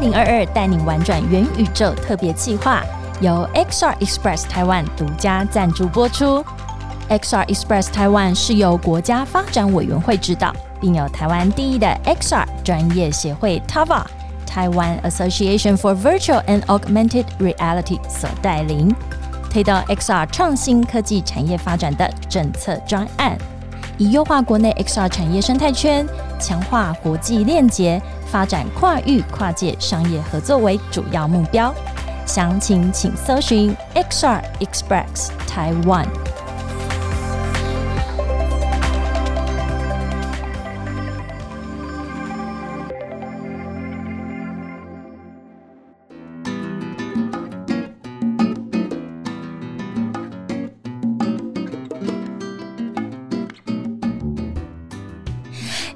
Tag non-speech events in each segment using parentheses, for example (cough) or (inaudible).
零二二带你玩转元宇宙特别计划，由 XR Express 台湾独家赞助播出。XR Express 台湾是由国家发展委员会指导，并有台湾第一的 XR 专业协会 TAVA 台湾 Association for Virtual and Augmented Reality 所带领，推动 XR 创新科技产业发展的政策专案。以优化国内 XR 产业生态圈、强化国际链接、发展跨域跨界商业合作为主要目标。详情请搜寻 XR Express 台湾。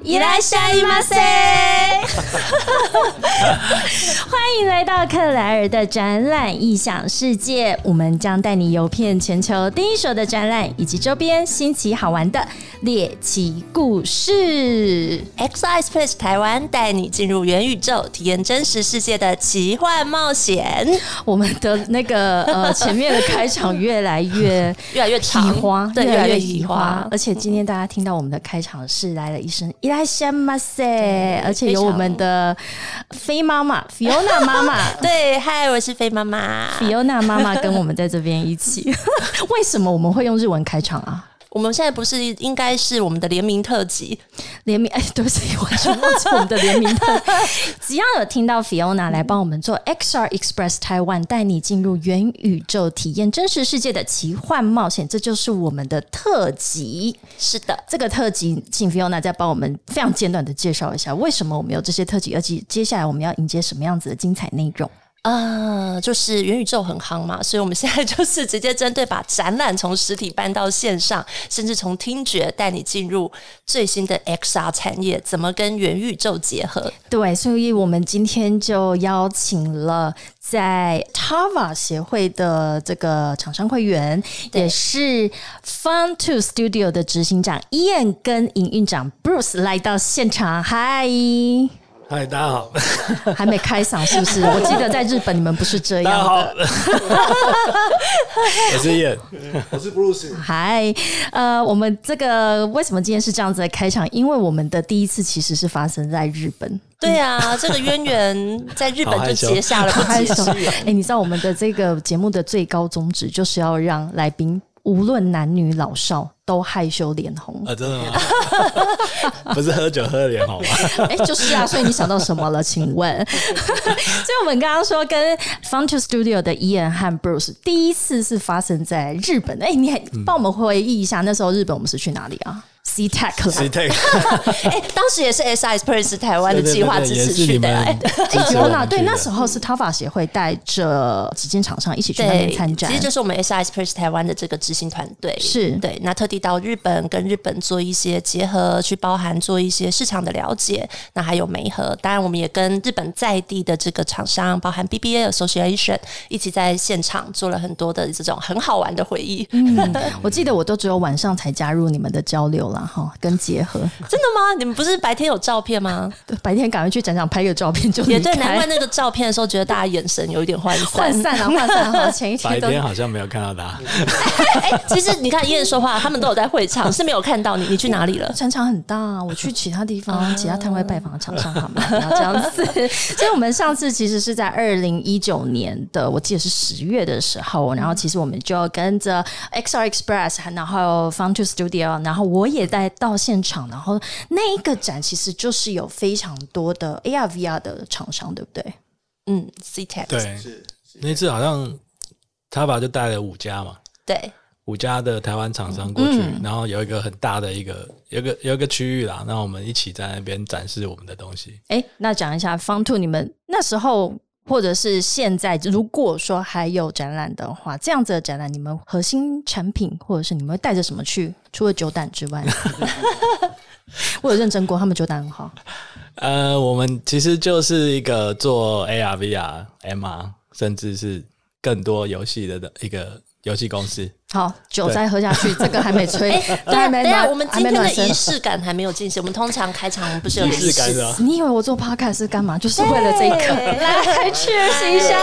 いらっしゃいませ！ (laughs) 欢迎来到克莱尔的展览异想世界，我们将带你游遍全球第一手的展览以及周边新奇好玩的猎奇故事。 X i Space 台湾带你进入元宇宙，体验真实世界的奇幻冒险，我们的那个呃前面的开场越来越越来越喜长， (laughs) 花，对，越来越喜花花。。而且今天大家听到我们的开场是来了一声“伊拉西马塞”，而且有我们的飞妈妈 Fiona 妈妈。对，嗨，我是飞妈妈。 Fiona 妈妈跟我们在这边一起， (laughs) 为什么我们会用日文开场啊？我们现在不是应该是我们的联名特辑？联名哎， (laughs) 对不起，我全忘记我们的联名的。只要有听到 Fiona 来帮我们做 XR Express 台湾，带你进入元宇宙，体验真实世界的奇幻冒险，这就是我们的特辑。是的，这个特辑，请 Fiona 再帮我们非常简短的介绍一下，为什么我们有这些特辑，而且接下来我们要迎接什么样子的精彩内容？呃，就是元宇宙很夯嘛，所以我们现在就是直接针对把展览从实体搬到线上，甚至从听觉带你进入最新的 XR 产业，怎么跟元宇宙结合？对，所以我们今天就邀请了在 Tava 协会的这个厂商会员，也是 Fun Two Studio 的执行长 Ian 跟营运长 Bruce 来到现场。嗨，嗨，大家好，还没开嗓是不 (laughs) 是？我记得在日本你们不是这大家样好的。， (laughs) 我是燕。嗨，呃，我们这个为什么今天是这样子的开场？因为我们的第一次其实是发生在日本。对啊，这个渊源在日本好就害羞结下了不拍解手之！哎、你知道我们的这个节目的最高宗旨就是要让来宾无论男女老少都害羞脸 (laughs) 红。啊，真的吗？ (laughs) 不是喝酒喝的脸红吗？哎、就是啊，所以你想到什么了？请问？ (laughs) 所以我们刚刚说跟 Fun to Studio 的 Ian 和 Bruce 第一次是发生在日本。哎、你还帮我们回忆一下，那时候日本我们是去哪里啊？C Tech 谁 take？ (laughs) 哎、当时也是 S I Express 台湾的对对对计划对支也持是去你的、们哎支持 (laughs) 有我们啦，对，去的哦那时候是淘法协会带着几间厂商一起去那边对，参展其实，就是我们 S I Express 台湾的这个执行团队是对，那特地到日本跟日本做一些结合，去包含做一些市场的了解，那还有媒合，当然我们也跟日本在地的这个厂商，包含 B B A Association 一起在现场做了很多的这种很好玩的回忆。嗯我记得我都只有晚上才加入你们的交流啦，哈，跟结合。真的吗？你们不是白天有照片吗？白天赶快去展场拍个照片就离也对，难开怪那个照片的时候，觉得大家眼神有一点涣散。涣散 (laughs) 啊，涣散啊！前一白天都天好像没有看到他， (laughs) 哎、其实你看燕说话，他们都有在会场，是没有看到你。你去哪里了？展场很大、啊，我去其他地 (laughs) 方、其他摊位拜访厂商，好吗？不要这样 (laughs) 子。所以我们上次其实是在二零一九年的，我记得是十月的时候，然后其实我们就跟着 XR Express，然后 Fun to Studio，然后我也在到现场，然后那一个展其实就是有非常多的 AR VR 的厂商，对不对？嗯，C E Tech。对，那次好像他吧就带了五家嘛，对五家的台湾厂商过去，然后有一个很大的一个，有一个有一个区域啦，那我们一起在那边展示我们的东西。哎，那讲一下 Fun Two，你们那时候或者是现在，如果说还有展览的话，这样子的展览，你们核心产品或者是你们会带着什么去？除了酒胆之 (laughs) 外，我有认真过，他们酒胆很好。呃，我们其实就是一个做 AR、VR、MR，甚至是更多游戏的一个游戏公司。好，酒再喝下去，这个还没 (laughs) 吹，对啊，还没等一下暖，我们还今没天的暖身仪式感还没有进行。我们通常开场我们不是有仪式感的啊，你以为我做 podcast 是干嘛？就是为了这个。 (laughs) 来，cheers 一下。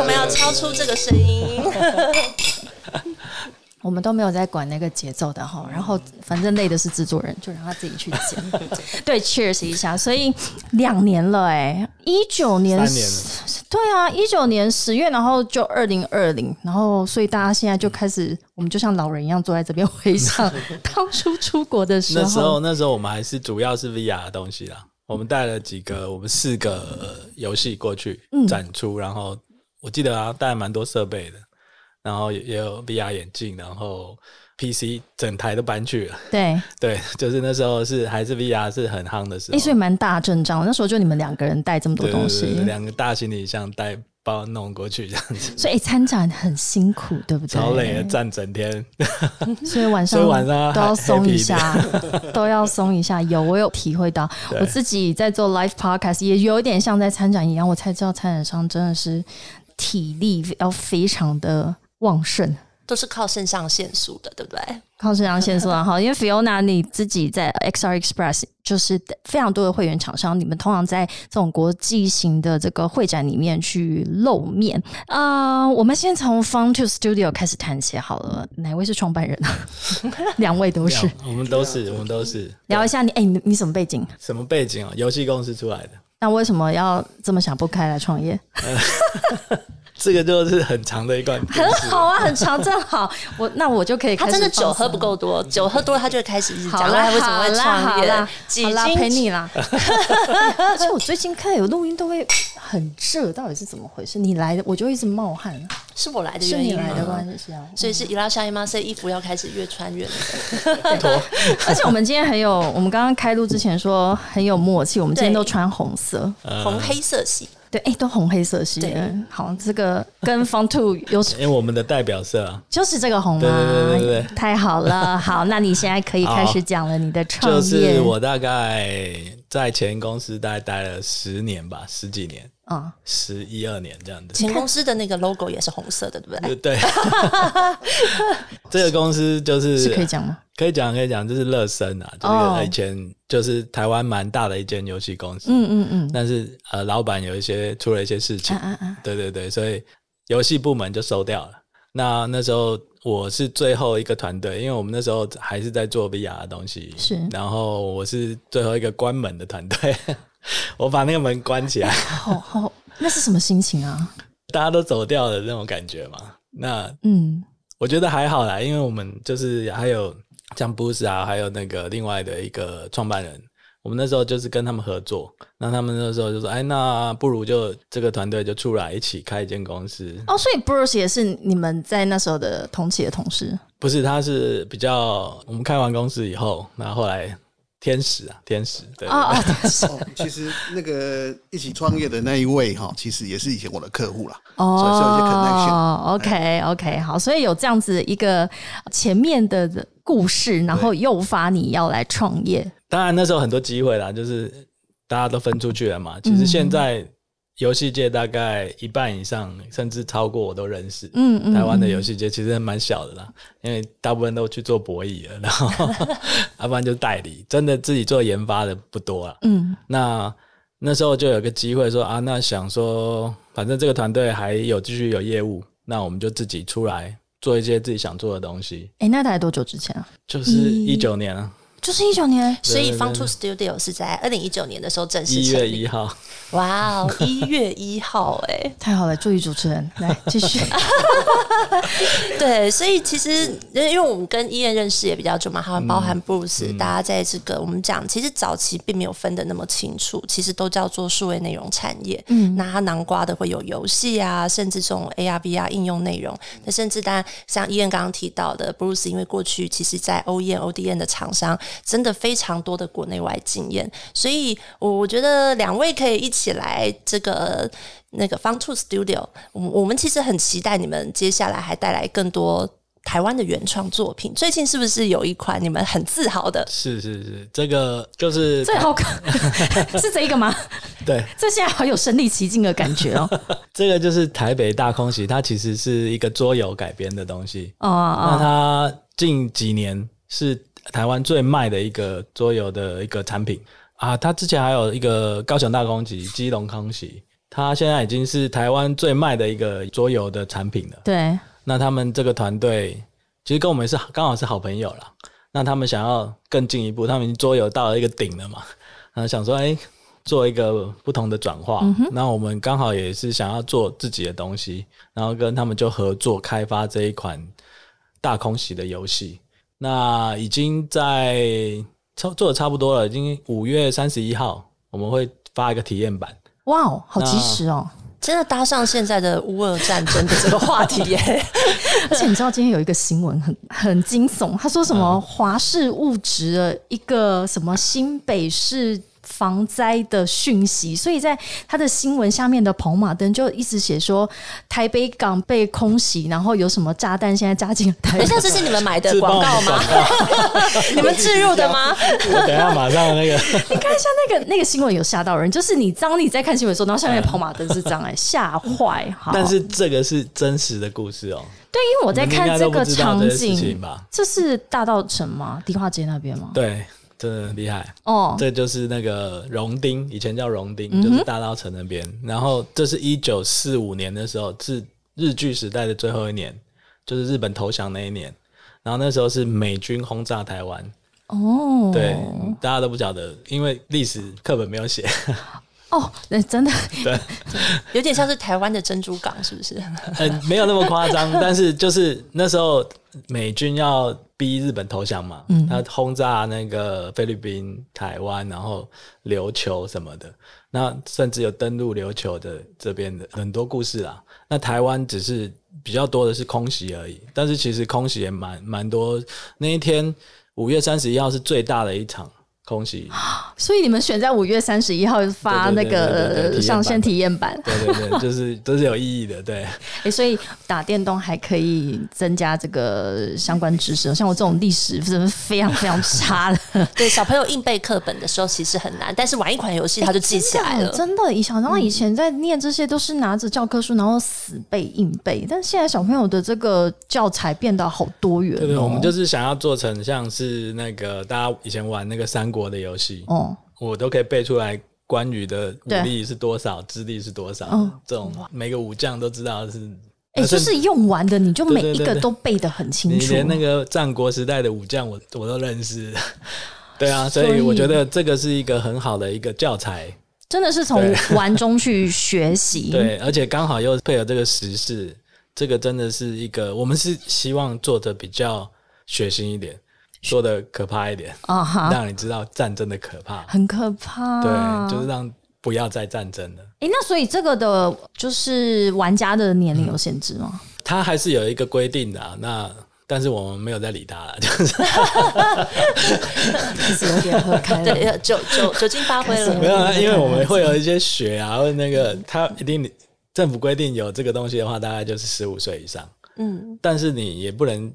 我们要超出这个声音。我们都没有在管那个节奏的嗯哈，然后反正累的是制作人，就让他自己去剪。 (laughs) 对，cheers 一下。所以两年了哎、一九年三年了对啊，一九年十月，然后就二零二零，然后所以大家现在就开始，我们就像老人一样坐在这边回 (laughs) 想当初出国的时那候。时候那时候我们还是主要是 VR 的东西啦，我们带了几个，我们四个呃游戏过去嗯展出，然后我记得啊带了蛮多设备的，然后也也有 VR 眼镜，然后 PC 整台都搬去了。对，对，就是那时候是还是 VR 是很夯的时哎、候，所以蛮大阵仗。那时候就你们两个人带这么多对对东对西，对两个大行李箱带包弄过去这样子，所以、欸、参展很辛苦，对不对？超累啊的，站整 (laughs) 天。所以晚上所以晚上都要还松 happy 一一下， (laughs) 都要松一下。有我有体会到，我自己在做 live podcast 也有点像在参展一样，我才知道参展商真的是体力要非常的旺盛。都是靠肾上腺素的，对不对？靠肾上腺素啊，好， (laughs) 因为 Fiona 你自己在 XR Express 就是非常多的会员厂商，你们通常在这种国际型的这个会展里面去露面。啊、我们先从 Fun to Studio 开始谈起好了，哪位是创办人 (laughs) 啊？两位都是。我们都啊是我们都是聊一下你，哎、你你什么背景？什么背景啊？游戏公司出来的，那为什么要这么想不开来创业？这个就是很长的 (laughs) 一段故事。很好啊，很长，正好。我那我就可以开始他真的酒放松喝不够多，酒喝多了他就会开始一直好讲啦，他为什么会好创啦业，好几啦，好啦，陪斤你啦。 (laughs) 而且我最近看有录音都会很热，到底是怎么回事？你来的我就一直冒汗，是我来的是原你因来的吗关？系是啊。所以是伊拉夏伊妈，所以衣服要开始越穿越那个。而且我们今天很有，我们刚刚开录之前说很有默契，我们今天对都穿红色，红啊黑色系，对，哎、都红黑色系对。好，这个跟 Fun Two 有因为我们的代表色啊，就是这个红吗？对对对对对太好 (laughs) 了，好，那你现在可以开始讲了你的创业。就是我大概在前公司大概待了十年吧，十几年，啊、十一二年这样子。前公司的那个 logo 也是红色的，对不对？ (laughs) 对，这个公司就是是可以讲吗？可以讲，可以讲，就是乐森啊，哦就是以前就是台湾蛮大的一间游戏公司，嗯嗯嗯，但是呃，老板有一些出了一些事情，啊啊啊，对对对，所以游戏部门就收掉了。那那时候我是最后一个团队，因为我们那时候还是在做 VR 的东西，是然后我是最后一个关门的团队， (laughs) 我把那个门关起来，好好，那是什么心情啊？大家都走掉了那种感觉嘛。那嗯，我觉得还好啦，因为我们就是还有像 Boost 啊，还有那个另外的一个创办人，我们那时候就是跟他们合作，那他们那时候就说，哎，那不如就这个团队就出来一起开一间公司，哦，所以 Bruce 也是你们在那时候的同期的同事，不是，他是比较我们开完公司以后，然后后来天使啊，天使对哦哦， (laughs) 哦， (laughs) 其实那个一起创业的那一位哈，其实也是以前我的客户啦。所以是有一些 connection 哦，OK OK，好，所以有这样子一个前面的故事，然后诱发你要来创业，当然那时候很多机会啦，就是大家都分出去了嘛。其实现在游戏界大概一半以上，甚至超过我都认识。嗯嗯台湾的游戏界其实蛮小的啦，因为大部分都去做博弈了，然后要不然就代理，真的自己做研发的不多啦。嗯，那那时候就有个机会说啊，那想说，反正这个团队还有继续有业务，那我们就自己出来做一些自己想做的东西。哎、那大概多久之前啊？就是一九年啊，就是一九年，所以 Fun Two Studio 是在二零一九年的时候正式一成月立一。号， (laughs) 哇哦，一月一号哎、太好了，助理主持人来继续， (laughs) 对，所以其实因为我们跟伊恩认识也比较久嘛，还嗯有包含布鲁斯，大家在这个我们讲，其实早期并没有分的那么清楚，其实都叫做数位内容产业。嗯，那它南瓜的会有游戏啊，甚至这种 AR、VR 啊应用内容。那甚至当然像伊恩刚刚提到的，布鲁斯因为过去其实在 OEM、ODM 的厂商真的非常多的国内外经验，所以我我觉得两位可以一起来这个那个 Fun Two Studio，我们我们其实很期待你们接下来还带来更多台湾的原创作品。最近是不是有一款你们很自豪的？是是是，这个就是 (laughs) 最 (laughs) 好看是这一个吗？对，这现在好有身临其境的感 (laughs) 觉哦。这个就是台北大空袭，它其实是一个桌游改编的东西。哦哦那它近几年是台湾最卖的一个桌游的一个产品啊。它之前还有一个高雄大空袭、基隆空袭，它现在已经是台湾最卖的一个桌游的产品了。对，那他们这个团队其实跟我们是刚好是好朋友啦。那他们想要更进一步，他们已经桌游到了一个顶了嘛，然后想说，哎、做一个不同的转化。嗯那我们刚好也是想要做自己的东西，然后跟他们就合作开发这一款大空袭的游戏。那已经在差做的差不多了，已经五月三十一号我们会发一个体验版。哇哦，好及时哦！真的搭上现在的乌俄战争的这个话题耶、而且你知道今天有一个新闻很很惊悚，他说什嗯么华氏物质的一个什么新北市。防灾的讯息，所以在他的新闻下面的跑马灯就一直写说台北港被空袭，然后有什么炸弹现在炸进了台等 (laughs) 北一。下，这是你们买的自广爆告吗？你们置入的吗？我等一下马上 (laughs) 那个你看一下那个那个新闻有吓到人，就是你当你在看新闻的时候，然后下面跑马灯是这样哎、吓坏。好嗯但是这个是真实的故事哦、对，因为我在你们应该看都个不知道场这些事景情，吧？这是大道城吗？迪化街那边吗？对，真的很厉害。哦，嗯这就是那个荣町，以前叫荣町，就是大稻城那边。然后这是一九四五年的时候，是日据时代的最后一年，就是日本投降那一年。然后那时候是美军轰炸台湾，哦，对，大家都不晓得，因为历史课本没有写。哦，那真的有点像是台湾的珍珠港，是不是？嗯，没有那么夸张， (laughs) 但是就是那时候美军要逼日本投降嘛，他轰炸那个菲律宾、台湾，然后琉球什么的，那甚至有登陆琉球的这边的很多故事啦。那台湾只是比较多的是空袭而已，但是其实空袭也蛮蛮多。那一天五月三十一号是最大的一场空袭，所以你们选在五月三十一号发那对对对对对对体验个版上线体验版，对对对，就是都是有意义的，对。哎、所以打电动还可以增加这个相关知识。像我这种历史真的非常非常差 (laughs) 的， (laughs) 对，小朋友硬背课本的时候其实很难，但是玩一款游戏他就记起来哎哦了。真的，以想到以前在念这些都是拿着教科书，然后死背硬背，但现在小朋友的这个教材变得好多元、哦。对对，我们就是想要做成像是那个大家以前玩那个三国的游戏，哦，我都可以背出来关羽的武力是多少，资历是多少，嗯这种每个武将都知道是。哎、而且就是用完的，你就每对一对对个对都背得很清你楚。连那个战国时代的武将我，我都 (laughs) 认识。对啊，所所以以我觉得这个是一个很好的一个教材。真的是从玩中去学习。 (laughs) 对，而且刚好又配合这个时事，这个真的是一个我们是希望做的比较血腥一点，做的可怕一点，啊哈，让你知道战争的可怕。很可怕。对，就是让不要再战争了。哎、那所以这个的就是玩家的年龄有限制吗？它还是有一个规定的、啊，那但是我们没有在理它了， (laughs) 就是其实有点喝 (laughs) 开了。对，呃酒酒酒精发挥 (laughs) 了。没有啊，因为我们会有一些血啊，或者那个嗯它一定政府规定有这个东西的话，大概就是十五岁以上，嗯，但是你也不能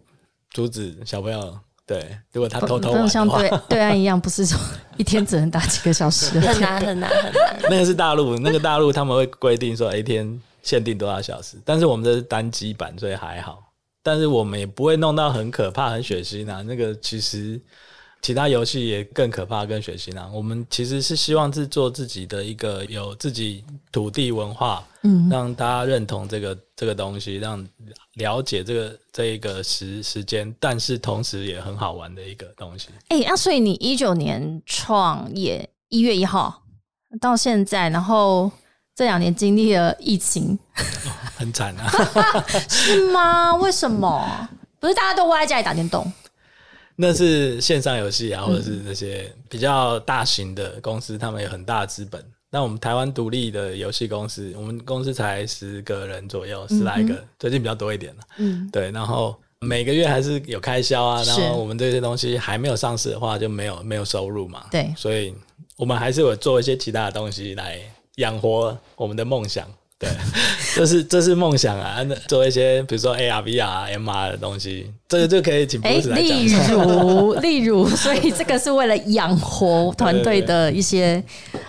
阻止小朋友。对，如果他偷偷不玩用像的话，对对啊岸一样，不是说一天只能打几个小时的。(laughs) 很难很难很难。那个是大陆，那个大陆他们会规定说，哎一天限定多少小时，但是我们这是单机版，所以还好。但是我们也不会弄到很可怕、很血腥啊。那个其实其他游戏也更可怕、更血腥啊。我们其实是希望是做自己的一个有自己土地文化，嗯，让大家认同这个这个东西，让了解这个这一个时时间，但是同时也很好玩的一个东西。哎、那、所以你一九年创业，一月一号到现在，然后这两年经历了疫情，很惨啊！是吗？为什么？不是大家都窝在家里打电动？那是线上游戏啊，或者是那些比较大型的公司，他们有很大的资本。那我们台湾独立的游戏公司，我们公司才十个人左右，十来个，最近比较多一点了。嗯，对，然后每个月还是有开销啊，是然后我们这些东西还没有上市的话，就没有没有收入嘛。对所以我们还是有做一些其他的东西来养活我们的梦想。对， (laughs) 就是这是梦想啊，那做一些比如说 AR、VR、MR 的东西，这个就可以请博哎，士来讲例一下。如，例如，所以这个是为了养活团队对对对的一些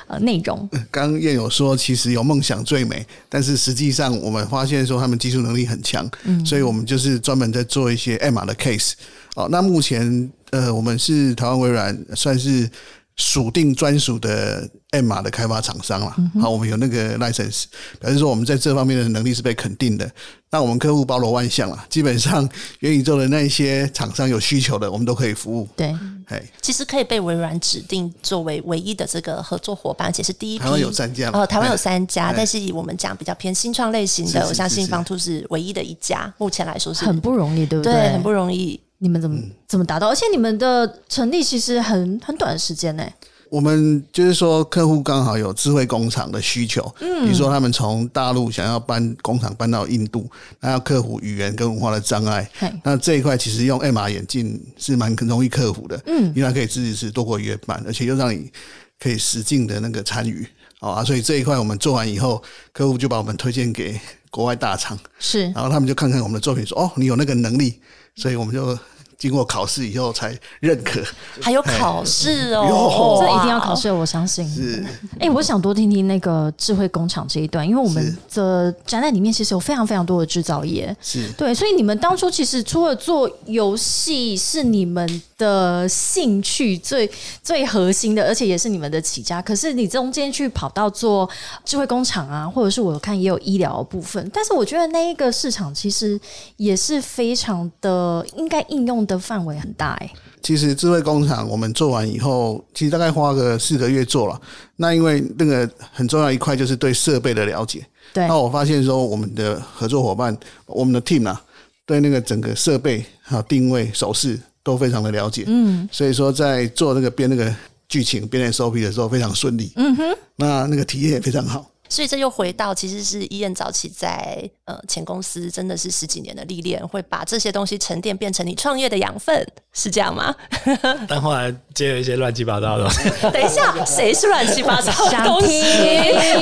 呃内容。刚刚燕友说，其实有梦想最美，但是实际上我们发现说他们技术能力很强，所以我们就是专门在做一些 M 码的 case。哦，那目前呃，我们是台湾微软算是属定专属的 M 码的开发厂商啦。好，我们有那个 license，表示说我们在这方面的能力是被肯定的。那我们客户包罗万象啦，基本上元宇宙的那一些厂商有需求的，我们都可以服务。对，哎，其实可以被微软指定作为唯一的这个合作伙伴，而且是第一批。台湾有三家嘛哦，台湾有哎三家哎，但是以我们讲比较偏新创类型是的，是我相是信是方兔是唯一的一家，目前来说是很不容易，对不对，很不容容易。你们怎么怎么达到？而且你们的成立其实很很短的时间呢。我们就是说，客户刚好有智慧工厂的需求，嗯，比如说他们从大陆想要搬工厂搬到印度，那要克服语言跟文化的障碍嘿，那这一块其实用 MR 眼镜是蛮容易克服的，嗯，因为它可以支持多国语言版，而且又让你可以实境的那个参与，好啊，所以这一块我们做完以后，客户就把我们推荐给国外大 (laughs) 厂，是然后他们就看看我们的作品说，哦，你有那个能力，所以我们就经过考试以后才认可，还有考试哦，哟这哇一定要考。试，我相信。是哎、我想多听听那个智慧工厂这一段，因为我们是的展览里面其实有非常非常多的制造业。是。对，所以你们当初其实除了做游戏是你们的兴趣最最核心的，而且也是你们的起家。可是你中间去跑到做智慧工厂啊，或者是我有看也有医疗的部分，但是我觉得那一个市场其实也是非常的，应该应用的范围很大哎、其实智慧工厂我们做完以后，其实大概花个四个月做了。那因为那个很重要一块就是对设备的了解。对那我发现说，我们的合作伙伴，我们的 team 啊，对那个整个设备还有定位、手势都非常的了解。嗯，所以说在做那个编那个剧情、编 SOP 的时候非常顺利。嗯哼，那那个体验也非常好。所以这又回到，其实是医院早期在呃前公司真的是十几年的历练，会把这些东西沉淀变成你创业的养分，是这样吗？ (laughs) 但后来接了一些乱七八糟的东西，等一下，谁是乱七八糟的想东听西？，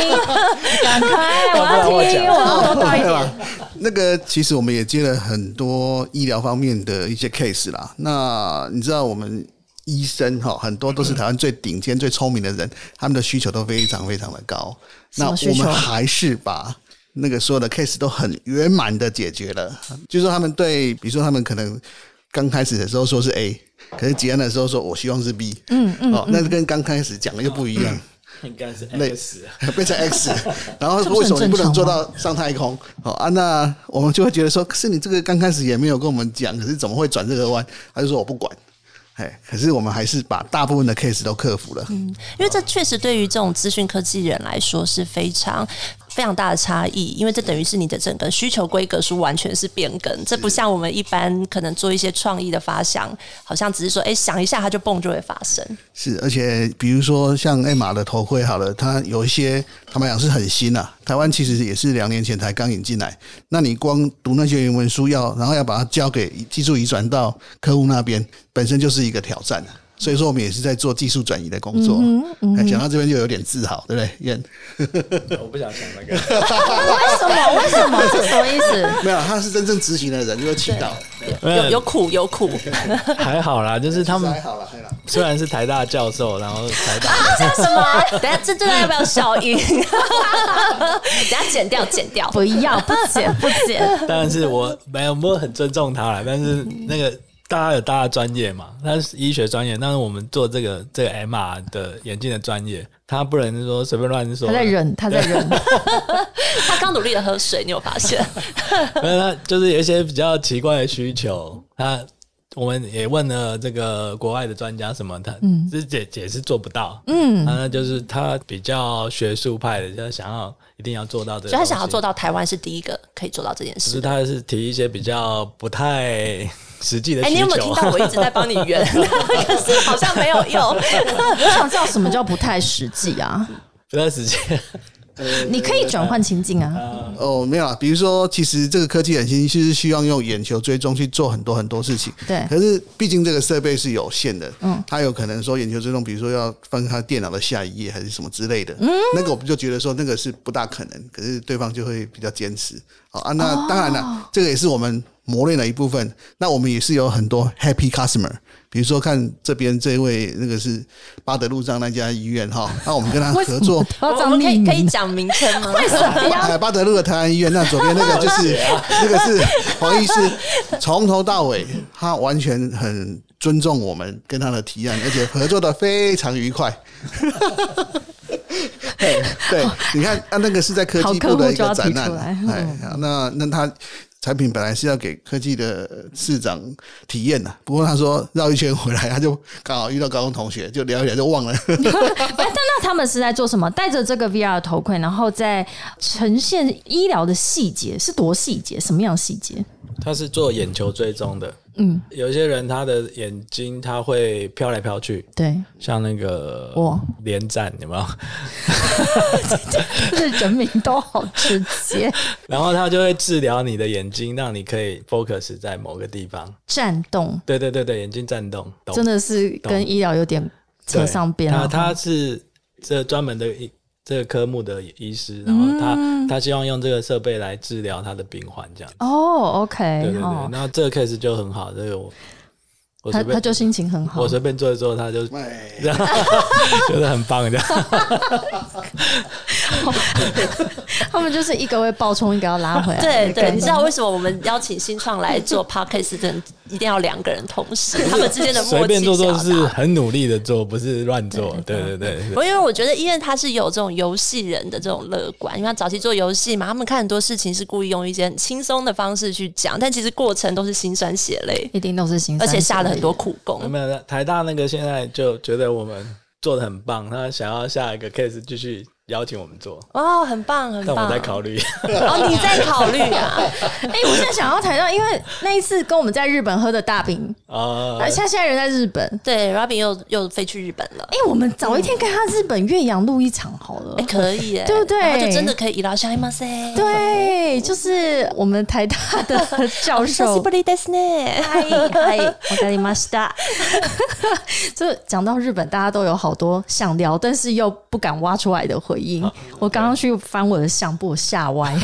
赶 (laughs) 快，我要要不然我听，讲我要多到一点。那个其实我们也接了很多医疗方面的一些 case 啦。那你知道我们医生哈，很多都是台湾最顶尖、最聪明的人，他们的需求都非常非常的高。那么需我求们还是把那个所有的 case 都很圆满的解决了。就是说他们对，比如说他们可能刚开始的时候说是 A，可是结案的时候说我希望是 B。嗯嗯，哦，那跟刚开始讲的又不一样。 (laughs) 应该是累 X (laughs) 变 (laughs) 成 X，然后这不为是什么很你不能正做常吗到上太空？好啊，那我们就会觉得说，可是你这个刚开始也没有跟我们讲，可是怎么会转这个弯？他就说我不管，哎，可是我们还是把大部分的 case 都克服嗯了。因为这确实对于这种资讯科技人来说是非常。非常大的差异，因为这等于是你的整个需求规格数完全是变更，这不像我们一般可能做一些创意的发想，好像只是说，哎、想一下它就蹦就会发生。是，而且比如说像艾玛的头盔好了，它有一些他们讲是很新啊，台湾其实也是两年前才刚引进来。那你光读那些原文书要，然后要把它交给技术移转到客户那边，本身就是一个挑战啊。所以说，我们也是在做技术转移的工作。哎讲到这边就有点自豪，对不对？燕我不想想那个。为什么？为什么？这什么意思？ (laughs) 没有，他是真正执行的人，就会祈祷。有有苦有苦， (laughs) (laughs) 还好啦，就是他 (laughs) 那们还好了，还好啦。虽然是台大教授，然后台 (laughs) 大啊什么？ (laughs) 等一下这这段要不要消音？等一下剪掉剪掉。不要，不 (laughs) 剪，不剪。当然是我没有没有很尊重他啦，但是那个大家有大家专业嘛，他是医学专业，但是我们做这个这个 MR 的眼镜的专业，他不能说随便乱说。他在忍，他在 (laughs) 忍。他刚努力的喝水，你有发现？ (laughs) 没有，他就是有一些比较奇怪的需求，他我们也问了这个国外的专家什么，他嗯是解解释做不到，嗯，那就是他比较学术派的，就是想要一定要做到这个，所以他想要做，到台湾是第一个可以做到这件只事是。他是提一些比较不太实际的哎、需求。你有没有听 (laughs) 到我一直在帮你圆？ (laughs) 可是好 (laughs) 像没有用。我想知道什么叫不太实际啊？不太实际，你可以转换情境啊，呃哦，没有啦，比如说，其实这个科技很新，其实是希望用眼球追踪去做很多很多事情。对可是毕竟这个设备是有限的，嗯嗯，它有可能说眼球追踪，比如说要翻它电脑的下一页还是什么之类的，嗯，那个我们就觉得说那个是不大可能，可是对方就会比较坚持。好啊，那当然了，这个也是我们磨练的一部分。那我们也是有很多 happy customer，比如说看这边这位那个是巴德路上那家医院哈，那我们跟他合作。我要我找们你可以可以名讲名称 (laughs) 吗？为什么要哎，巴德路的台湾医院，那左边那个就是 (laughs) 啊啊那个是黄医师，从头到尾他完全很尊重我们跟他的提案，而且合作的非常愉快。 (laughs) 对对，你看啊，那个是在科技部的一个展好客户就要提出览来，嗯哎，啊那那他产品本来是要给科技的市长体验的，啊不过他说绕一圈回来，他就刚好遇到高中同学，就聊一聊就忘了。哎，但那他们是在做什么？戴着这个 VR 头盔，然后在呈现医疗的细节，是多细节？什么样的细节？他是做眼球追踪的。嗯，有一些人他的眼睛他会飘来飘去，对，像那个我连战有没有？这人名都好直接，然后他就会治疗你的眼睛，让你可以 focus 在某个地方。战 (laughs) 动对对对对，眼睛颤动，懂真的是跟医疗有点扯对上边啊了。他他是这专门的医这个科目的医师，然后他、他希望用这个设备来治疗他的病患，这样。嗯哦，OK，对对对哦，，那这个 case 就很好，这个我我他随他便就心情很好我。随便做一做，他就哎， (laughs) 觉得很 (laughs) 棒这样。他们就是一个会爆冲，一个要拉回来。对对，你知道为为什么我们邀请新创来做 podcast 的人一定要两个人同时， (laughs) 他们之间的默随契便做做小是到很努力的做，不是乱做。对对对对我因为我觉得医院它是有这种游戏人的这种乐观，因为他早期做游戏嘛，他们看很多事情是故意用一些很轻松的方式去讲，但其实过程都是辛酸血泪，一定都是心酸而血泪，且下了很多苦有功。没有台大那个现在就觉得我们做的很棒，他想要下一个 case 继续邀请我们做，哦，很棒，很但棒！我在考 (laughs) 虑。哦，你在考虑啊？哎、我现在想要谈到，因为那一次跟我们在日本喝的大饼，啊而，且他现在人在日本。对，Robin 又又飞去日本了。哎、我们早一天跟他日本岳阳录一场好了。哎、可以耶、 (laughs) 对不对然后就真的可以一劳下一马塞。对，就是我们台大的教久授不。离的呢。嗨嗨，我跟你妈是 (laughs) 大。就是讲到日本，大家都有好多想聊，但是又不敢挖出来的回应。我刚刚去翻我的相簿，吓歪，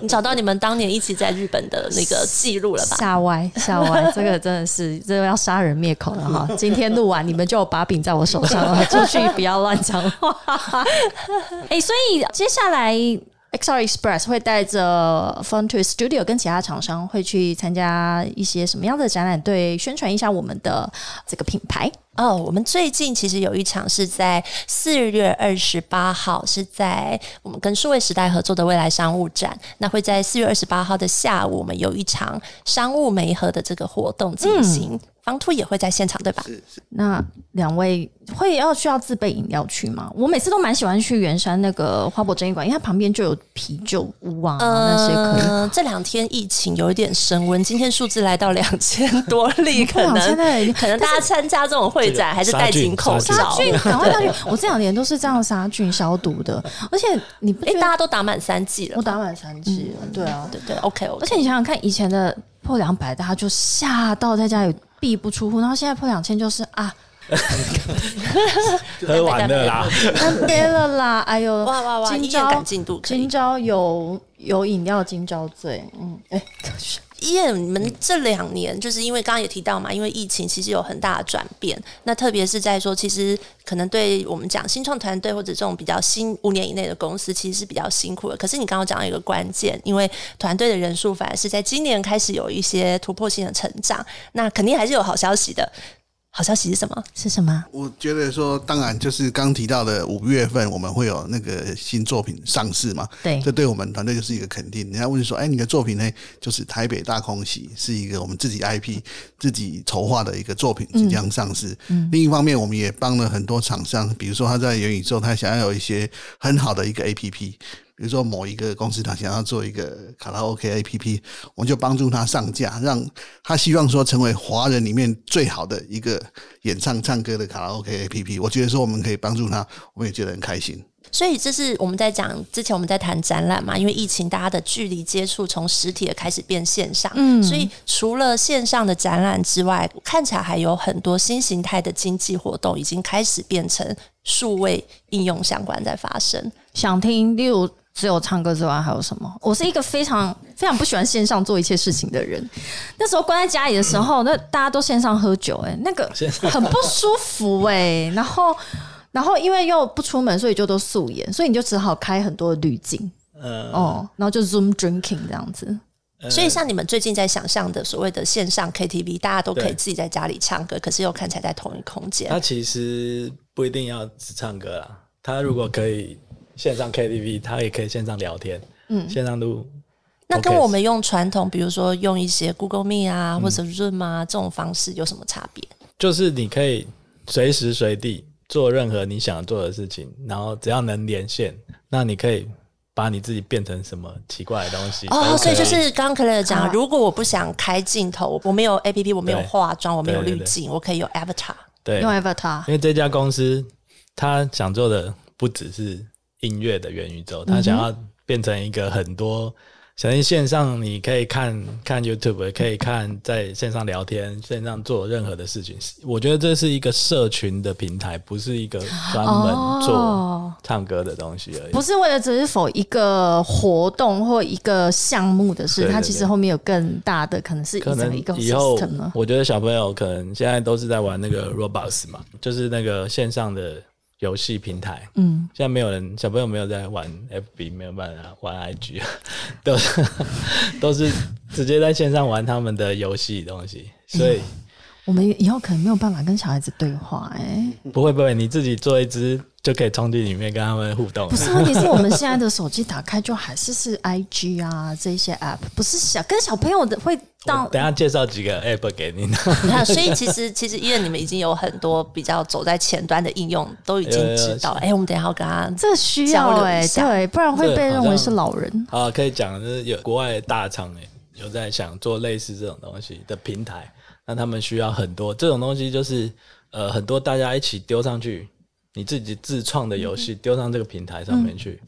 你找到你们当年一起在日本的那个记录了吧？吓 (laughs) 歪，吓歪！这个真的是，这个要杀人灭口了 (laughs) 哈！今天录完，你们就有把柄在我手上 (laughs) 了，出去不要乱讲话。 (laughs) 哎、所以接下来 XR Express 会带着 Fun to Studio 跟其他厂商会去参加一些什么样的展览，对，宣传一下我们的这个品牌。 (laughs) 哦，我们最近其实有一场是在四月二十八号，是在我们跟数位时代合作的未来商务展。那会在四月二十八号的下午，我们有一场商务媒合的这个活动进行。方兔也会在现场，对吧？那两位会要需要自备饮料去吗？我每次都蛮喜欢去圆山那个花博珍艺馆，因为它旁边就有啤酒屋啊，那些可以。嗯，这两天疫情有一点升温，今天数字来到两千多 (laughs) 例，可哇现能在可能大家参加这种会展还是戴紧口杀罩。菌，赶快杀菌！我这两年都是这样杀菌消毒的，而且你不哎、觉得大家都嗯打满三剂了我吧，打满三剂了？对啊，对对，OK OK。而且你想想看，以前的破两百，大家就吓到在家里闭不出户，然后现在破两千就是啊，喝完了啦，干杯了啦！哎呦，哇哇哇，今医院朝赶进度可以今朝有有饮料今朝醉，嗯，哎、医院，你们这两年就是因为刚刚也提到嘛，因为疫情其实有很大的转变。那特别是在说，其实可能对我们讲新创团队或者这种比较新五年以内的公司，其实是比较辛苦的。可是你刚刚讲到一个关键，因为团队的人数反而是在今年开始有一些突破性的成长，那肯定还是有好消息的。好消息是什么？是什么？我觉得说，当然就是刚提到的五月份我们会有那个新作品上市嘛，对这对我们团队就是一个肯定。人家问说，哎，你的作品呢？就是台北大空袭是一个我们自己 IP 自己筹划的一个作品，即将上市。另一方面，我们也帮了很多厂商，比如说他在元宇宙，他想要有一些很好的一个 APP。比如说某一个公司，他想要做一个卡拉 OK APP，我们就帮助他上架，让他希望说成为华人里面最好的一个演唱唱歌的卡拉 OK APP。我觉得说我们可以帮助他，我们也觉得很开心。所以这是我们在讲之前我们在谈展览嘛，因为疫情大家的距离接触从实体的开始变线上，嗯，所以除了线上的展览之外，看起来还有很多新形态的经济活动已经开始变成数位应用相关在发生。想听，例如只有唱歌之外还有什么？我是一个非常非常不喜欢线上做一切事情的人。那时候关在家里的时候，那大家都线上喝酒、哎，那个很不舒服哎、然后，然后因为又不出门，所以就都素颜，所以你就只好开很多的滤镜嗯，哦，然后就 Zoom drinking 这样子。呃所以像你们最近在想象的所谓的线上 KTV，大家都可以对啊自己在家里唱歌，可是又看起来在同一空间他。其实不一定要只唱歌啦，他如果可以线上 KTV，他也可以线上聊天，嗯，线上录。那跟 podcast 我们用传统，比如说用一些 Google Meet 啊，或者嗯 Zoom 啊这种方式有什么差别？就是你可以随时随地做任何你想做的事情，然后只要能连线，那你可以把你自己变成什么奇怪的东西都可啊哦，所以就是刚刚 Clare 讲，如果我不想开镜头，我没有 A P P，我没有对化妆，我没有对对滤对镜，我可以有 Avatar。 (laughs) 对，用因 Avatar，为这家公司他想做的不只是音乐的元宇宙，他想要变成一个很多。相信线上你可以看看 YouTube，可以看在线上聊天，线上做任何的事情。我觉得这是一个社群的平台，不是一个专门做哦唱歌的东西而已。不是为了只是否一个活动或一个项目的事，对对它其实对后面有更大的，可能是一可整能个一个以后 system 了，。我觉得小朋友可能现在都是在玩那个 Roblox 嘛，就是那个线上的游戏平台。嗯，现在没有人，小朋友没有在玩 FB，没有办法玩 IG，都 (laughs) 是 (laughs) 都是直接在线上玩他们的游戏东西，所以我们以后可能没有办法跟小孩子对话、 (laughs) 哎，不会不会，你自己做一支就可以冲进里面跟他们互动不。是，问题是我们现在的手机打开就还是是 IG 啊这 (laughs) 些 app，不是小跟小朋友的会我当等一下介绍几个 App 给你，你看，所以其实其实，因为你们已经有很多比较走在前端的应用，都已经有有有知道。哎、我们等一下要跟他这需交要流哎、一下对，不然会这被认好为像是老人。好，啊可以讲，就是有国外的大厂诶，有在想做类似这种东西的平台，那他们需要很多这种东西，就是呃很多大家一起丢上去，你自己自创的游戏丢上这个平台上面去，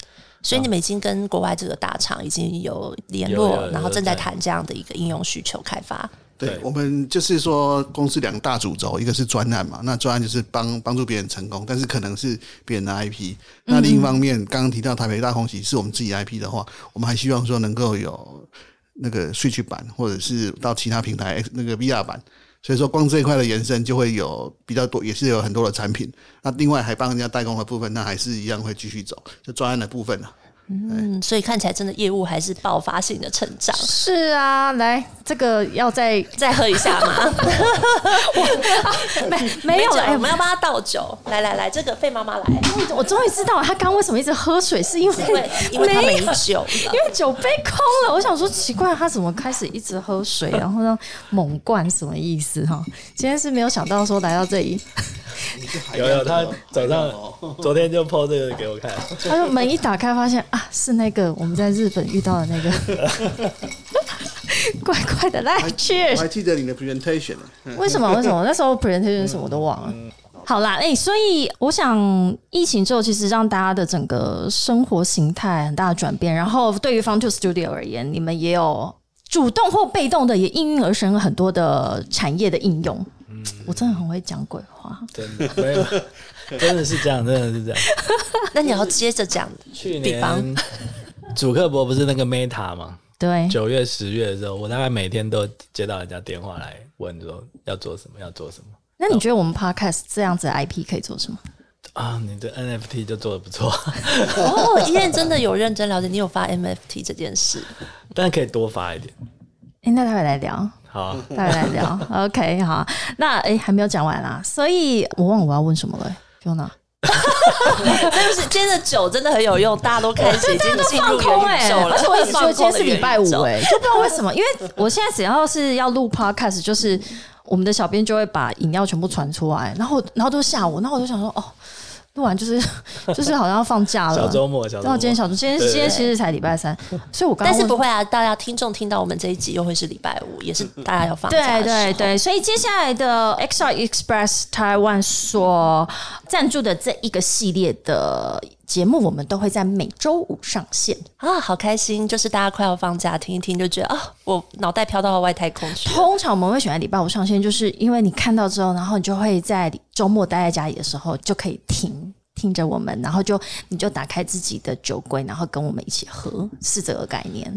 所以你们已经跟国外这个大厂已经有联有络，有有然后正在对谈这样的一个应用需求开发。对对我们就是说，公司两大主轴，一个是专案嘛，那专案就是帮帮助别人成功，但是可能是别人的 IP。那另一方面，刚刚提到台北大空袭是我们自己的 IP 的话，我们还希望说能够有那个 Switch 版，或者是到其他平台那个 VR 版。所以说，光这一块的延伸就会有比较多，也是有很多的产品。那另外还帮人家代工的部分，那还是一样会继续走，就专案的部分啊。嗯，所以看起来真的业务还是爆发性的成 (laughs) 长。是啊，来这个要 (laughs) 在再喝一下 (laughs) 嘛，没没有酒哎、我们要帮他倒酒。来来来，这个费妈妈来， (laughs) 我终于知道他刚为什么一直喝水，是因为因为因为他没没有酒 (laughs) 了因为酒杯空了，我想说奇怪，他怎么开始一直喝水，然后呢猛灌，什么意思哈？今天是没有想到说来到这里，有有，他早上昨天就 PO 这个给我看，他说门一打开发现啊，是那个我们在日本遇到的那个，怪怪的，来我 cheers！还记得你的 presentation 啊呢、为什么？为什么？那时候 presentation 什么都忘了。好啦，哎、所以我想，疫情之后其实让大家的整个生活形态很大的转变。然后对于 Fun to Studio 而言，你们也有主动或被动的，也应运而生了很多的产业的应用。我真的很会讲鬼话。真的没有，真的是这样，真的是这样。那你要接着讲。去比方年主克伯不是那个 Meta 吗？对，九月、十月的时候，我大概每天都接到人家电话来问说要做什么，要做什么那你觉得我们 Podcast 这样子的 IP 可以做什么？啊！你的 NFT 就做的不错， (laughs) 哦，伊燕真的有认真了解，你有发 MFT 这件事，但可以多发一点。哎、那待会来聊。 (laughs) 好，啊再来聊。OK，好，那诶还没有讲完啦，所以我忘了我要问什么了、欸、，Fiona。但是接着酒真的很有用，大家都开始已经进放入空哎、元宇宙了而。且我一直觉得今天是礼拜五放空的元宇宙哎、就不知道为什么，因为我现在只要是要录 podcast，就是我们的小编就会把饮料全部传出来，然后然后都吓我，然后我就想说哦，录完就是 (laughs) 就是好像要放假了，小周末，小周然后末，今天小周，今天今天对其实才礼拜三，所以我刚刚但是问不会啊，大家听众听到我们这一集又会是礼拜五，也是大家要放假对嗯的对时候对，所以接下来的 XR Express Taiwan 所赞助的这一个系列的节目我们都会在每周五上线，啊，好开心！就是大家快要放假，听一听就觉得啊，我脑袋飘到外太空去了。通常我们会选在礼拜五上线，就是因为你看到之后，然后你就会在周末待在家里的时候就可以听。听着我们，然后就你就打开自己的酒柜，然后跟我们一起喝，是这个概念。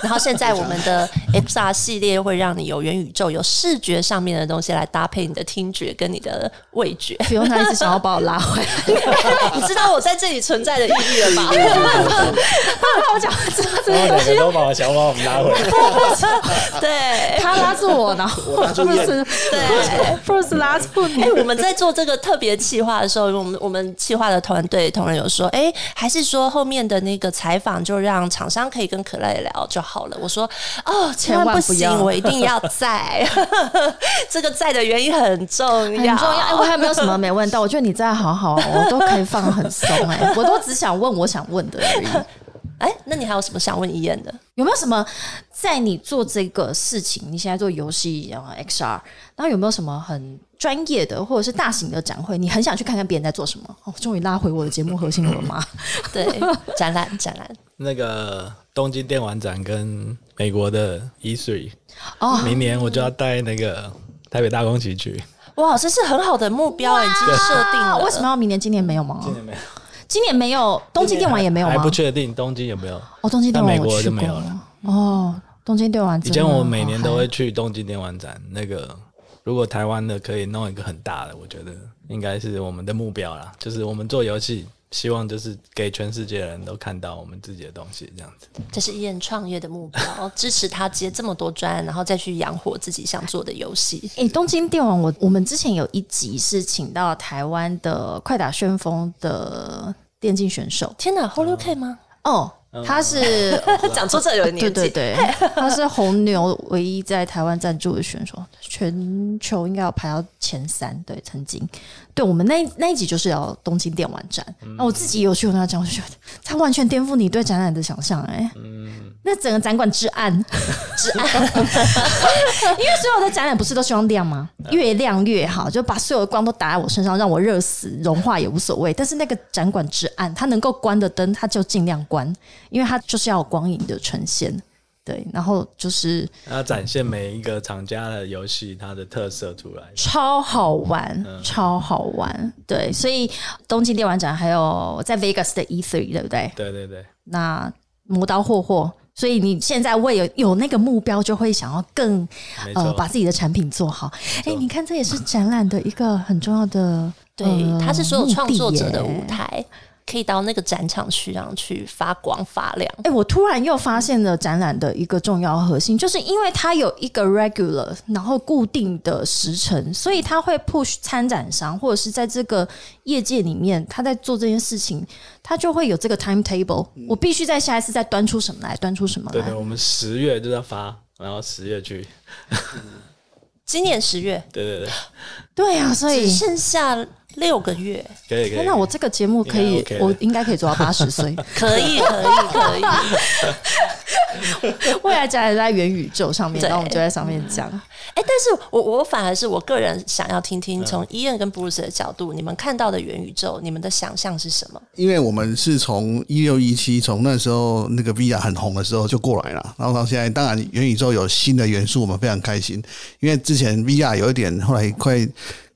然后现在我们的 XR 系列会让你有元宇宙、有视觉上面的东西来搭配你的听觉跟你的味 (laughs) 觉。 Fiona 一直想要把我拉回来，你知道我在这里存在的意义了吧？ (laughs) 我讲这然后两个都把我想把我们拉回来， (laughs) 对。他拉住我，然后 Bruce 对 Bruce 拉住你 (laughs) 哎、，我们在做这个特别企划的时候，我们我们企划的团队同仁有说，哎、还是说后面的那个采访就让厂商可以跟可乐聊就好了。我说，哦，千万不千行，万不要 (laughs) 我一定要在。 (laughs) 这个在的原因很重很要，重要。哎、 (laughs) 我还没有什么没问到，我觉得你在好好，我都可以放很松。哎， (laughs) 我都只想问我想问的而已。哎、那你还有什么想问伊燕的？有没有什么在你做这个事情，你现在做游戏然后 XR，然后有没有什么很专业的或者是大型的展会，你很想去看看别人在做什么？哦，终于拉回我的节目核心了吗？对，展览展览，那个东京电玩展跟美国的 E 3哦明年我就要带那个台北大宫崎去，哇，这是很好的目标，已经设 (laughs) (laughs) 定啊，了。为什么？要明年？今年没有吗？今年没有，今年没有，哦东京电玩也没有还吗不？确定东京有没有。哦，东京电玩但美国我去就过没有了。哦，东京电玩以真的前我每年都好会嗨去东京电玩展，那个如果台湾的可以弄一个很大的，我觉得应该是我们的目标啦。就是我们做游戏，希望就是给全世界的人都看到我们自己的东西，这样子。这是伊燕创业的目标，支持他接这么多专，然后再去养活自己想做的游戏。诶，东京电玩，我我们之前有一集是请到台湾的快打旋风的电竞选手，天哪，Holo K 吗？哦，他是讲出这有对对对，他是红牛唯一在台湾赞助的选手，全球应该有排到前三。对，曾经，对我们那一那一集就是聊东京电玩展，那、我自己有去跟他讲，我就觉得他完全颠覆你对展览的想象、哎、那整个展馆之暗，之暗，因为所有的展览不是都希望亮吗？越亮越好，就把所有的光都打在我身上，让我热死、融化也无所谓。但是那个展馆之暗，它能够关的灯，它就尽量关，因为它就是要有光影的呈现。对，然后就是然后展现每一个厂家的游戏它的特色出来。超好玩，超好玩。对，所以东京电玩展还有在 Vegas 的 E 3对不对？对对对，那磨刀霍霍，所以你现在为有有那个目标，就会想要更没呃错。把自己的产品做好。哎、你看这也是展览的一个很重要的，对呃，它是所有创作者的目的耶舞台，可以到那个展场去，然后去发光发亮。哎、我突然又发现了展览的一个重要核心，就是因为它有一个 regular，然后固定的时程，所以它会 push 参展商或者是在这个业界里面，他在做这件事情，他就会有这个 timetable。我必须在下一次再端出什么来，端出什么嗯对来对，。我们十月就要发，然后十月去。今年十月对对对，对啊，所以只剩下六个月，可以可以。天哪，我这个节目可以，应该 OK 的我应该可以做到八十岁。可以， (laughs) 可以，可以。 (laughs) 未来展览在元宇宙上面，对然后我们就在上面讲。哎、但是我我反而是我个人想要听听从伊燕跟布鲁斯的角度，你们看到的元宇宙，你们的想象是什么？因为我们是从一六一七，从那时候那个 VR 很红的时候就过来了，然后到现在，当然元宇宙有新的元素，我们非常开心。因为之前 VR 有一点，后来快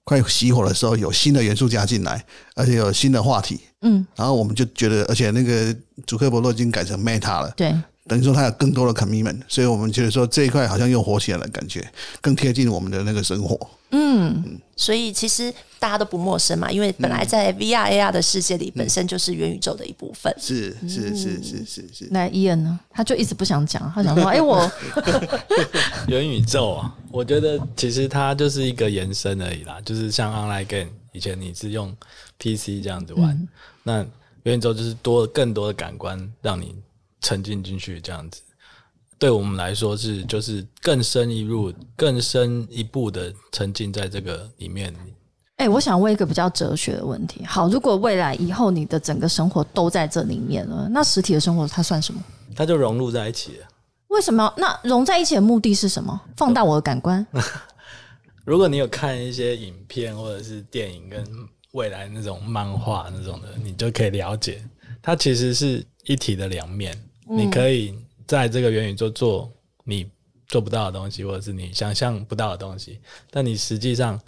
快熄火的时候，有新的元素加进来，而且有新的话题，嗯，然后我们就觉得，而且那个主克伯都已经改成 Meta 了，对，等于说它有更多的 commitment，所以我们觉得说这一块好像又火起来了，感觉更贴近我们的那个生活。嗯，所以其实大家都不陌生嘛，因为本来在 VR、AR 的世界里，本身就是元宇宙的一部分。是是是是是是，那伊恩呢？他就一直不想讲，他想说：“哎、我元宇宙啊，我觉得其实它就是一个延伸而已啦，就是像 online game，以前你是用 PC 这样子玩，嗯那元宇宙就是多更多的感官让你沉浸进去这样子。对我们来说是就是更深一入、更深一步的沉浸在这个里面。哎、我想问一个比较哲学的问题。好，如果未来以后你的整个生活都在这里面了，那实体的生活它算什么？它就融入在一起了。为什么要那融在一起的目的是什么？放大我的感官？如果你有看一些影片或者是电影跟未来那种漫画那种的，你就可以了解它其实是一体的两面。你可以在这个元宇宙做你做不到的东西，或者是你想象不到的东西，但你实际上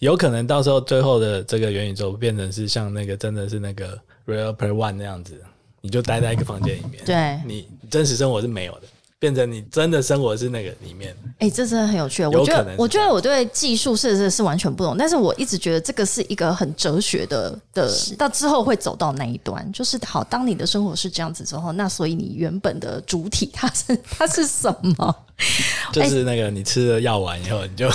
有可能到时候最后的这个元宇宙变成是像那个真的是那个 Real p l a y One 那样子，你就待在一个房间里面，对你真实生活是没有的，变成你真的生活是那个里面。哎、这真的很有趣。我有觉可得能，是我觉这得样我对技术是是是完全不懂，但是我一直觉得这个是一个很哲学的的，到之后会走到那一端，就是好，当你的生活是这样子之后，那所以你原本的主体它是它是什么？就是那个你吃了药丸以后，你就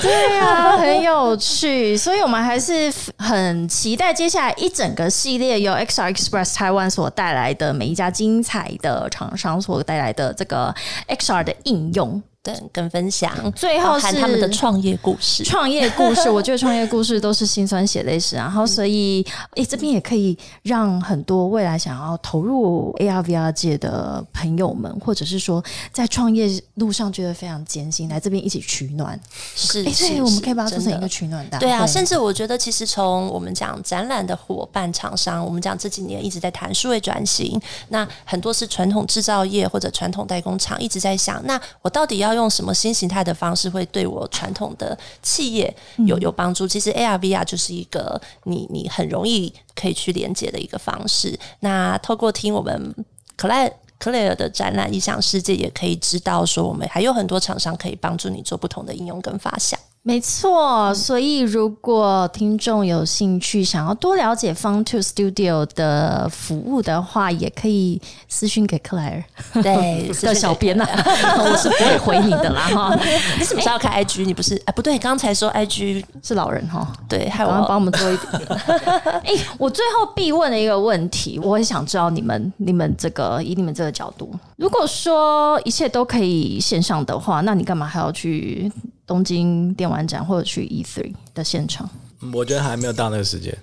对啊， (laughs) 很有趣，所以我们还是很期待接下来一整个系列由 XR Express 台湾所带来的每一家精彩的厂商所带来的这个 XR 的应用。对，跟分享，最后包含是他们的创业故事。创业故事，我觉得创业故事都是辛酸血泪史。然后，所以，诶、这边也可以让很多未来想要投入 AR VR 界的朋友们，或者是说在创业路上觉得非常艰辛，来这边一起取暖。是，诶、是哎对，我们可以把它是做成一真个的取暖大会。对啊，甚至我觉得，其实从我们讲展览的伙伴厂商，我们讲这几年一直在谈数位转型，那很多是传统制造业或者传统代工厂一直在想，那我到底要用什么新形态的方式，会对我传统的企业有有帮助？其实 AR VR 啊就是一个你你很容易可以去连接的一个方式。那透过听我们 c l a 克莱尔的展览《异想世界》也可以知道，说我们还有很多厂商可以帮助你做不同的应用跟发想。没错，所以如果听众有兴趣想要多了解 Fun Two Studio 的服务的话，也可以私讯给克莱尔对的小编 (laughs) 呐、我是不会回你的啦哈，你什么时候要开 IG？你不是？哎、不对，刚才说 IG，是老人哈。对，害然后帮我我们做一点。 (laughs) 哎、我最后必问的一个问题，我很想知道你们、你们这个以你们这个角度，如果说一切都可以线上的话，那你干嘛还要去东京电玩展或者去 E 3的现场？嗯我觉得还没有到那个时间，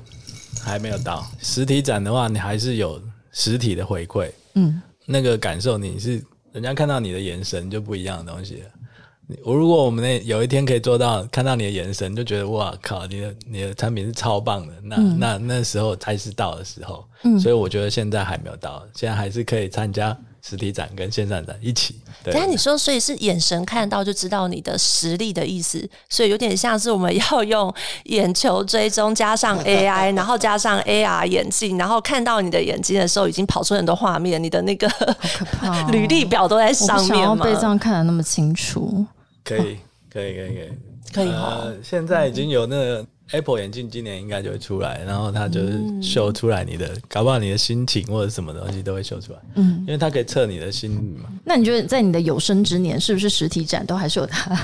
还没有到实体展的话，你还是有实体的回馈，嗯，那个感受你是人家看到你的眼神就不一样的东西了。你我如果我们那有一天可以做到看到你的眼神，就觉得哇靠，你的你的产品是超棒的，那、那那时候才是到的时候。所以我觉得现在还没有到，现在还是可以参加实体展跟线上展一起。对等一下你说，所以是眼神看到就知道你的实力的意思，所以有点像是我们要用眼球追踪 (laughs) 加上 AI，然后加上 AR 眼镜，然后看到你的眼睛的时候，已经跑出很多画面，你的那个怕哦 (laughs) 履历表都在我上不想要面嘛被。这样看得那么清楚。可以，可以，可以，可以。可以哈，呃，现在已经有那个 Apple 眼镜，今年应该就会出来，然后它就是秀出来你的，搞不好你的心情或者什么东西都会秀出来，嗯，因为它可以测你的心理嘛。那你觉得在你的有生之年，是不是实体展都还是有 (laughs) 它，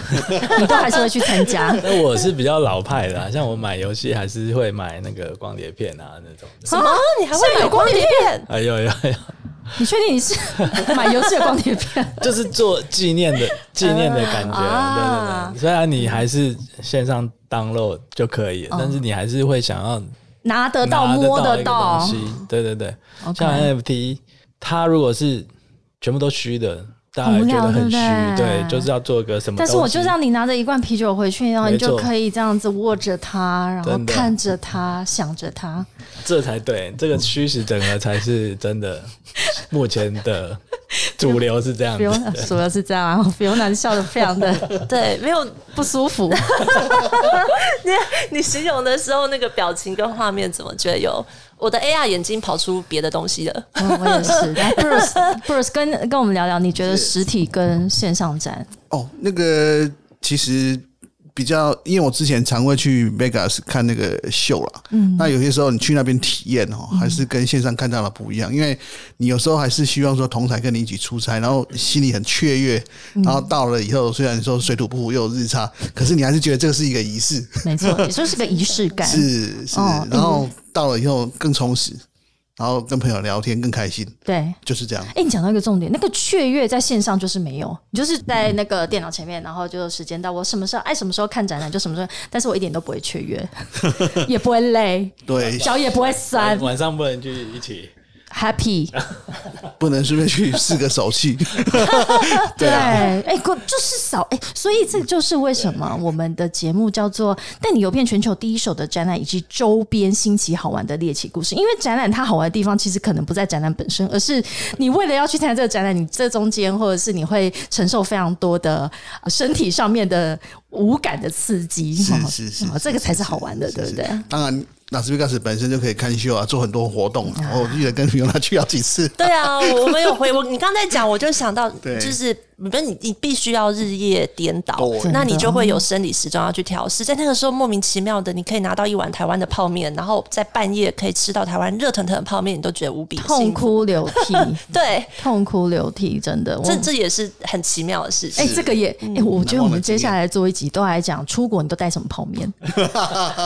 你都还是会去参加？但我是比较老派的、啊，像我买游戏还是会买那个光碟片啊那种的，什么？你还会买光碟片？哎呦呦呦，你确定你是 (laughs) 买游戏的光碟 (laughs) 片？就是做纪念的纪念的感觉，啊对对对。虽然你还是线上 download 就可以了，但是你还是会想要拿得到、拿摸得得到到一个，东西，对对对。 OK 像 NFT，它如果是全部都虚的，大家很无也觉聊得很虚，对不对对，就是要做个什么东但西。是我就让你拿着一罐啤酒回去，然后你没错就可以这样子握着它，然后真的看着它，想着它。这才对，这个虚实整合才是真的。 (laughs) 目前的主流是这样不用子，，主要是这样啊，不用难笑的非常 (laughs) 的对，没有不舒服。你形容的时候，那个表情跟画面怎么觉得有？我的 AR 眼睛跑出别的东西了。我我 (laughs) 也是。来，Bruce Bruce 跟跟我们聊聊，你觉得实体跟线上展哦，那个其实比较，因为我之前常会去 Vegas 看那个秀啦，嗯，那有些时候你去那边体验哦，还是跟线上看到的不一样，因为你有时候还是希望说同台跟你一起出差，然后心里很雀跃，然后到了以后，虽然说水土不服又有日差，可是你还是觉得这个是一个仪式，没错，也就是个仪式感。是是，哦然后到了以后更充实，然后跟朋友聊天更开心，对。就是这样。哎、你讲到一个重点，那个雀跃在线上就是没有，你就是在那个电脑前面，然后就时间到，我什么时候爱什么时候看展览就什么时候，但是我一点都不会雀 (laughs) 跃，也不会累，对，脚也不会酸，晚上不能去一起。 (laughs) happy，不能随便去试个手气。对，啊哎、过就是少哎、所以这就是为什么我们的节目叫做“带你游遍全球第一手的展览以及周边新奇好玩的猎奇故事”。因为展览它好玩的地方，其实可能不在展览本身，而是你为了要去参加这个展览，你这中间或者是你会承受非常多的呃身体上面的无感的刺激， (laughs) 是哦是是哦是这个才是是好玩的，是对不是对？当然，拉斯维加斯本身就可以看秀啊，做很多活动啊。我记得跟 Fiona 去好 (laughs) 几次。对啊，我我们有回我，你刚才讲，我就想到，对就是不是你你必须要日夜颠倒对，那你就会有生理时钟要去调试。在那个时候，莫名其妙的，你可以拿到一碗台湾的泡面，然后在半夜可以吃到台湾热腾腾的泡面，你都觉得无比幸福痛。哭流涕，对，痛哭流涕，真的。我这这也是很奇妙的事情。哎、这个也，哎、我觉得难忘的我们接经下验来做一集都来讲出国，你都带什么泡面？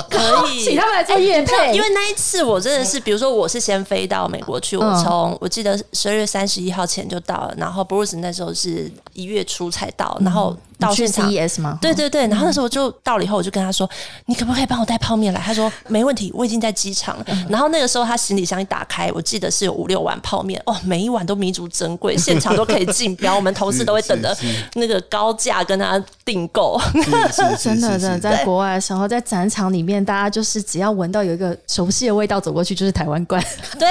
可以请他们来做夜配、因为那一次我真的是，比如说我是先飞到美国去，我从我记得十二月三十一号前就到了，然后 Bruce 那时候是一月初才到，然后到你去现场。 CES 吗？对对对，然后那时候我就到了以后，我就跟他说：“你可不可以帮我带泡面来？”他说：“没问题，我已经在机场了。”然后那个时候他行李箱一打开，我记得是有五六碗泡面，哦，每一碗都弥足珍贵，现场都可以竞标，我们同事都会等着是是那个高价跟他订购。真真的，真的，在国外的时候，在展场里面，大家就是只要闻到有一个熟悉的味道，走过去就是台湾 (laughs) 罐。对，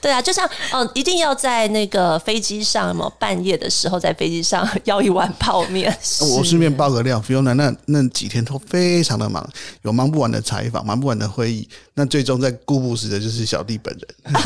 对啊，就像嗯，一定要在那个飞机上，有没有半夜的时候在飞机上要一碗泡 (laughs) 面？我顺便爆个料，Fiona 那那几天都非常的忙，有忙不完的采访，忙不完的会议。那最终在顾不死的就是小弟本人。 (laughs)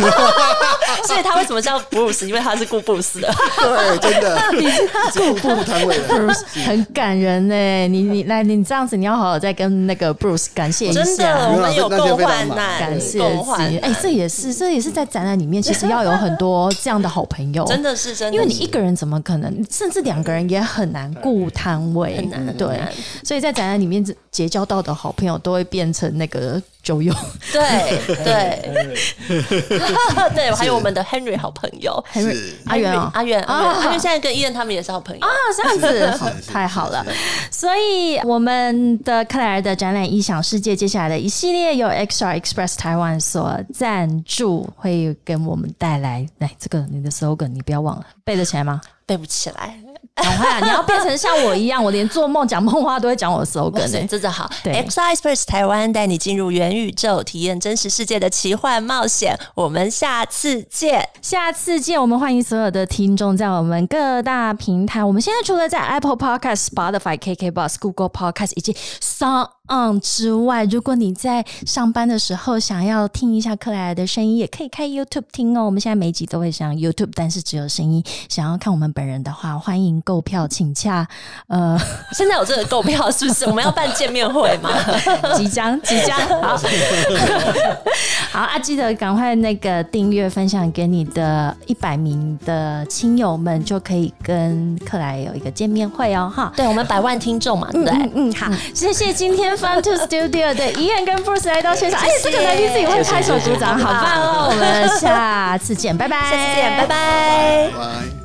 所以他为什么叫布鲁斯？因为他是雇布鲁斯的。对，真的， (laughs) 顾不摊位了。很感人呢、你你来，你这样子，你要好好再跟那个 Bruce 感谢一下。 (laughs) 真的，我们有共患难，感谢共自患己，哎、难，这也是，这也是在展览里面，其实要有很多这样的好朋友， (laughs) 真的是真的是，因为你一个人怎么可能，甚至两个人也很难顾摊位，很难对很难，所以在展览里面结交到的好朋友都会变成那个酒友 (laughs) 对对 (laughs) 对，还有我们的 Henry 好朋友。 Henry 阿元哦阿元，阿元，啊阿元现在跟伊恩他们也是好朋友。啊，这样子好太好了。所以我们的克莱尔的展览《异想世界》接下来的一系列由 XR Express 台湾所赞助，会给我们带来来这个你的 slogan，你不要忘了背得起来吗？背不起来，赶快、啊，你要变成像我一样，我连做梦讲梦话都会讲我的 slogan 哇呢、塞，真的好。对 X Express 台湾带你进入元宇宙，体验真实世界的奇幻冒险。我们下次见。下次见！我们欢迎所有的听众在我们各大平台。我们现在除了在 Apple Podcast、Spotify、KK Box、Google Podcast 以及 Sound On 之外，如果你在上班的时候想要听一下克莱尔的声音，也可以开 YouTube 听哦。我们现在每一集都会上 YouTube，但是只有声音。想要看我们本人的话，欢迎购票请洽。呃，现在有这个购票是不是？我们要办见面会吗？ (laughs) 即将即将 (laughs) 好，好啊！记得赶快那个订阅分享给你的一百名的亲友们，就可以跟克莱有一个见面会哦，哈。 (laughs) 对，我们百万听众嘛，对嗯不对？嗯，好，谢谢今天 Fun to Studio 的怡燕跟 Bruce 来到现场，哎，这个来宾自己会拍手鼓掌，好棒哦！我们下次见，拜拜，哎下次见，拜拜。拜。